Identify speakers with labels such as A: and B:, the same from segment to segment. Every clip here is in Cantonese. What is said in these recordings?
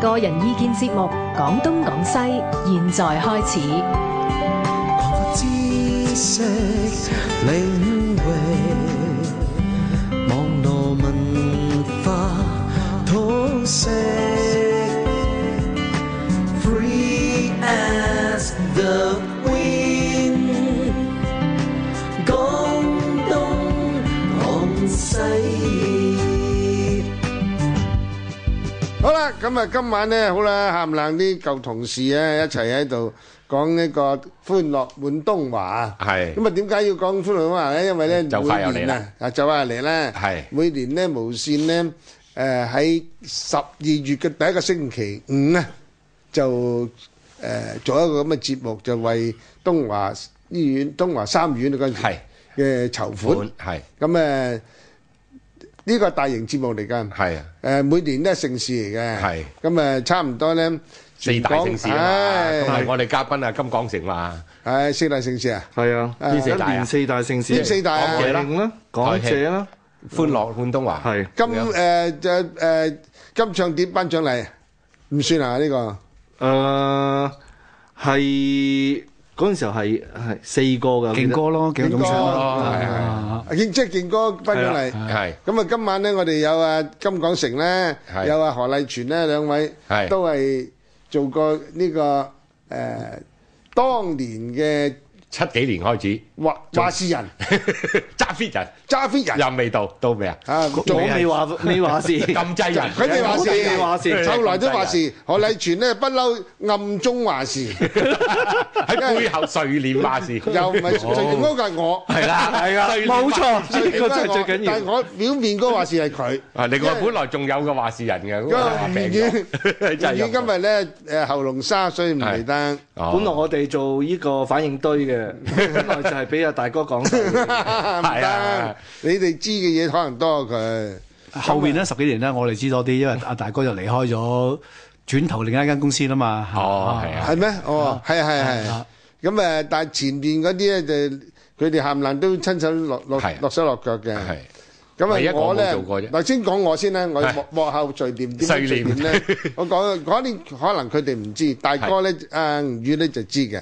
A: 個人意見節目《廣東廣西》，現在開始。
B: 擴闊知識領域，網絡文化通識，free as the wind。廣東廣西。
C: 好啦，咁啊，今晚咧好啦，喊冷啲舊同事咧一齊喺度講呢個歡樂滿東華。
D: 係
C: 咁啊，點解要講歡樂滿東華咧？因為咧
D: 就快又嚟啦
C: 每年啊，啊就快又嚟啦。
D: 係
C: 每年咧無線咧誒喺十二月嘅第一個星期五咧就誒做一個咁嘅節目，就為東華醫院、東華三院嗰陣時
D: 係
C: 嘅籌款。
D: 款，係，
C: 咁誒呢個大型節目嚟㗎。
D: 係啊，係。
C: 誒每年都係盛事嚟嘅，
D: 係
C: 咁誒差唔多咧，全港
D: 四大城市啊嘛，
C: 唉
D: 同埋我哋嘉賓啊，金港城嘛，
C: 係四大盛事啊，
E: 係啊，
C: 邊四
D: 大啊
E: 一連四大盛事，
C: 邊四大啊
E: 港劇啦，港姐啦，
D: 歡樂滿東華。
E: 係
C: 金誒就誒金唱碟頒獎禮唔算啊呢個，
E: 誒係嗰陣時候係係四個㗎，我記
F: 勁
E: 得
F: 歌咯，幾個總
C: 勁歌
F: 賞
D: 哦，係，係，係。
F: 啊，
C: 健即係健哥頒獎禮。咁啊，今晚咧我哋有啊金港城咧，
D: 係
C: 有啊何麗全咧兩位
D: 係
C: 都係做過呢個誒當年嘅
D: 係，七幾年開始，揸
C: 話話事人
D: fit
C: 揸 fit 人
D: 人，又未到，到未啊？
C: 啊，
E: 我
C: 做
E: 未話未話 事，
D: 禁制人，
C: 佢哋 話事，
E: 佢哋話事
C: 後來都話事。何禮全咧不嬲暗中話事，
D: 喺背後垂簾話事。
C: 又唔係最點嗰個係我，
D: 係啦，係啊，
E: 冇錯，
C: 最
E: 呢個真係最緊
C: 但係
E: 要。
C: 我表面嗰個話事係佢。
D: 垂簾話事。啊，另外本來仲有個話事人嘅，嗰個
C: 咁
D: 病毒。
C: 粵語
D: 真係
C: 粵語今日咧誒喉嚨沙，所以唔嚟得。
D: 哦。
E: 本來我哋做呢個反應堆嘅，本來就係俾阿大哥講晒嘅。
C: 唔
D: 係
C: 得
D: 啊，
C: 你哋知嘅嘢可能多過佢。
F: 後面咧十幾年咧，我哋知多啲，因為阿大哥就離開咗，轉投另一間公司啦嘛。
D: 哦係啊
C: 係咩？哦，係係係
F: 啊。
C: 咁誒，但係前面嗰啲咧就佢哋冚唪唥都親手落落
D: 係
C: 落手落腳嘅。
D: 係。
C: 咁
D: 唯一
C: 啊，
D: 我
C: 我
D: 冇
C: 咧
D: 做過啫
C: 嗱，先講我先啦，我
D: 係
C: 幕幕後聚點 點樣
D: 聚
C: 聚
D: 點
C: 點咧？我講講啲可能佢哋唔知，大哥咧阿吳宇咧就知嘅。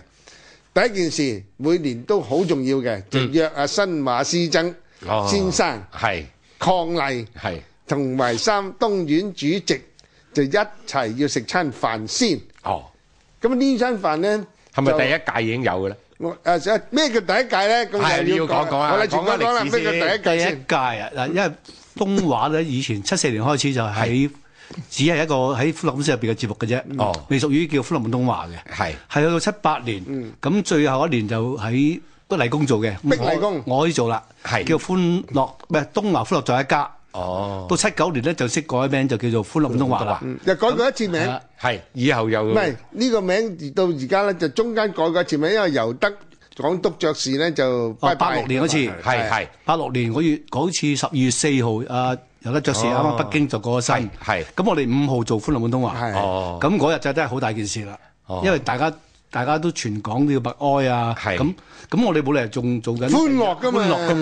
C: 第一件事每年都好重要嘅，就約阿新馬師曾
D: 哦
C: 先生
D: 係
C: 邝麗
D: 係
C: 同埋三東院主席就一齊要食餐飯先。
D: 哦，
C: 咁呢餐飯咧
D: 係咪
C: 就
D: 第一屆已經有嘅咧？
C: 我誒咩叫第一屆咧？咁
D: 係
C: 又要
D: 要講講啊
C: 我哋全
D: 講
C: 部
D: 翻
C: 講啦，
D: 歷
C: 咩
D: 史
C: 叫
D: 先
C: 第一
F: 第
C: 屆
F: 一
C: 先？
F: 屆啊，嗱，因為東華咧，以前七四年開始就喺只係一個喺歡樂公司入邊嘅節目嘅
E: 嗯
F: 啫，
D: 哦
F: 未屬於叫歡樂滿東華嘅。
D: 係
F: 係去到七八年，咁最後一年就喺碧麗宮做嘅，
C: 碧麗宮
F: 我我可以做啦，
D: 係
F: 叫歡樂唔係東華歡樂在一家。
D: 哦，
F: 到七九年咧就識改名，就叫做歡樂滿東華啦。
C: 又改過一次
F: 係
C: 名
F: 啊。
D: 係以後又
C: 唔係呢個名到而家咧，就中間改過一次名，因為由得港督爵士咧就拜
F: 哦，
C: 拜
F: 八六年嗰次，
D: 係係
F: 八六年嗰月嗰次十二月四號，啊有得爵士啱
D: 哦
F: 啱北京就過咗身，
D: 係係
F: 咁我哋五號做歡樂滿東華，
C: 係
D: 哦
F: 咁嗰日就真係好大件事啦
D: 哦，
F: 因為大家大家都全港都要默哀啊，
D: 係
F: 咁咁我哋冇理由仲做緊
C: 歡樂㗎嘛
F: 歡樂㗎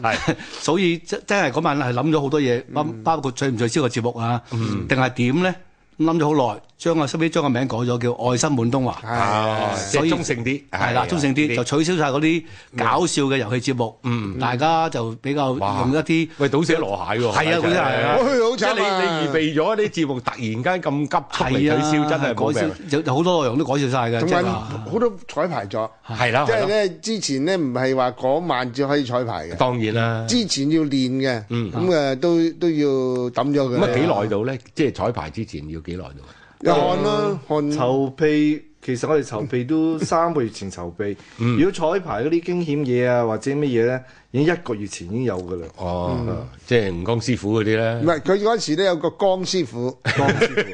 F: 嘛， 所以真真係嗰晚係諗咗好多嘢，包
D: 嗯
F: 包括取唔取消個節目啊，定係點咧？諗咗好耐，將個收尾將個名改咗叫愛心滿東華。啊
D: 哦，即
F: 所
D: 係啊嗯
F: 以
D: 中性啲，
F: 係啦，中性啲就取消晒嗰啲搞笑嘅遊戲節目，嗯，大家就比較
D: 哇
F: 用一啲
D: 喂，倒瀉羅蟹喎，
F: 係啊嗰啲係啊
C: 我去好
D: 即係
C: 慘啊！
D: 你你預備咗啲節目，突然間咁急速嚟取
F: 係啊
D: 消，真係冇
F: 改
D: 命。
F: 消，有好多內容都改消晒嘅，
C: 同
F: 即係啊
C: 埋
F: 話
C: 好多彩排咗，
D: 係啦，
C: 即
D: 係
C: 係
D: 啦，
C: 咧之前咧唔係話嗰晚至可以彩排
F: 哦
C: 嘅，
D: 當然啦。
C: 之前要練嘅，
F: 嗯
C: 咁誒都都要抌咗佢。
D: 咁啊幾？耐到咧？即係彩排之前要幾耐到？啊
C: 汗咯，汗
E: 哦籌備其實我哋籌備 都三個月前籌備，
F: 嗯
E: 如果彩排嗰啲驚險嘢啊或者乜嘢咧，已經一個月前已經有㗎啦。
F: 嗯
D: 哦，即係吳江師傅嗰啲
C: 唔
D: 咧。
C: 係佢嗰時咧有個江師傅，
E: 當時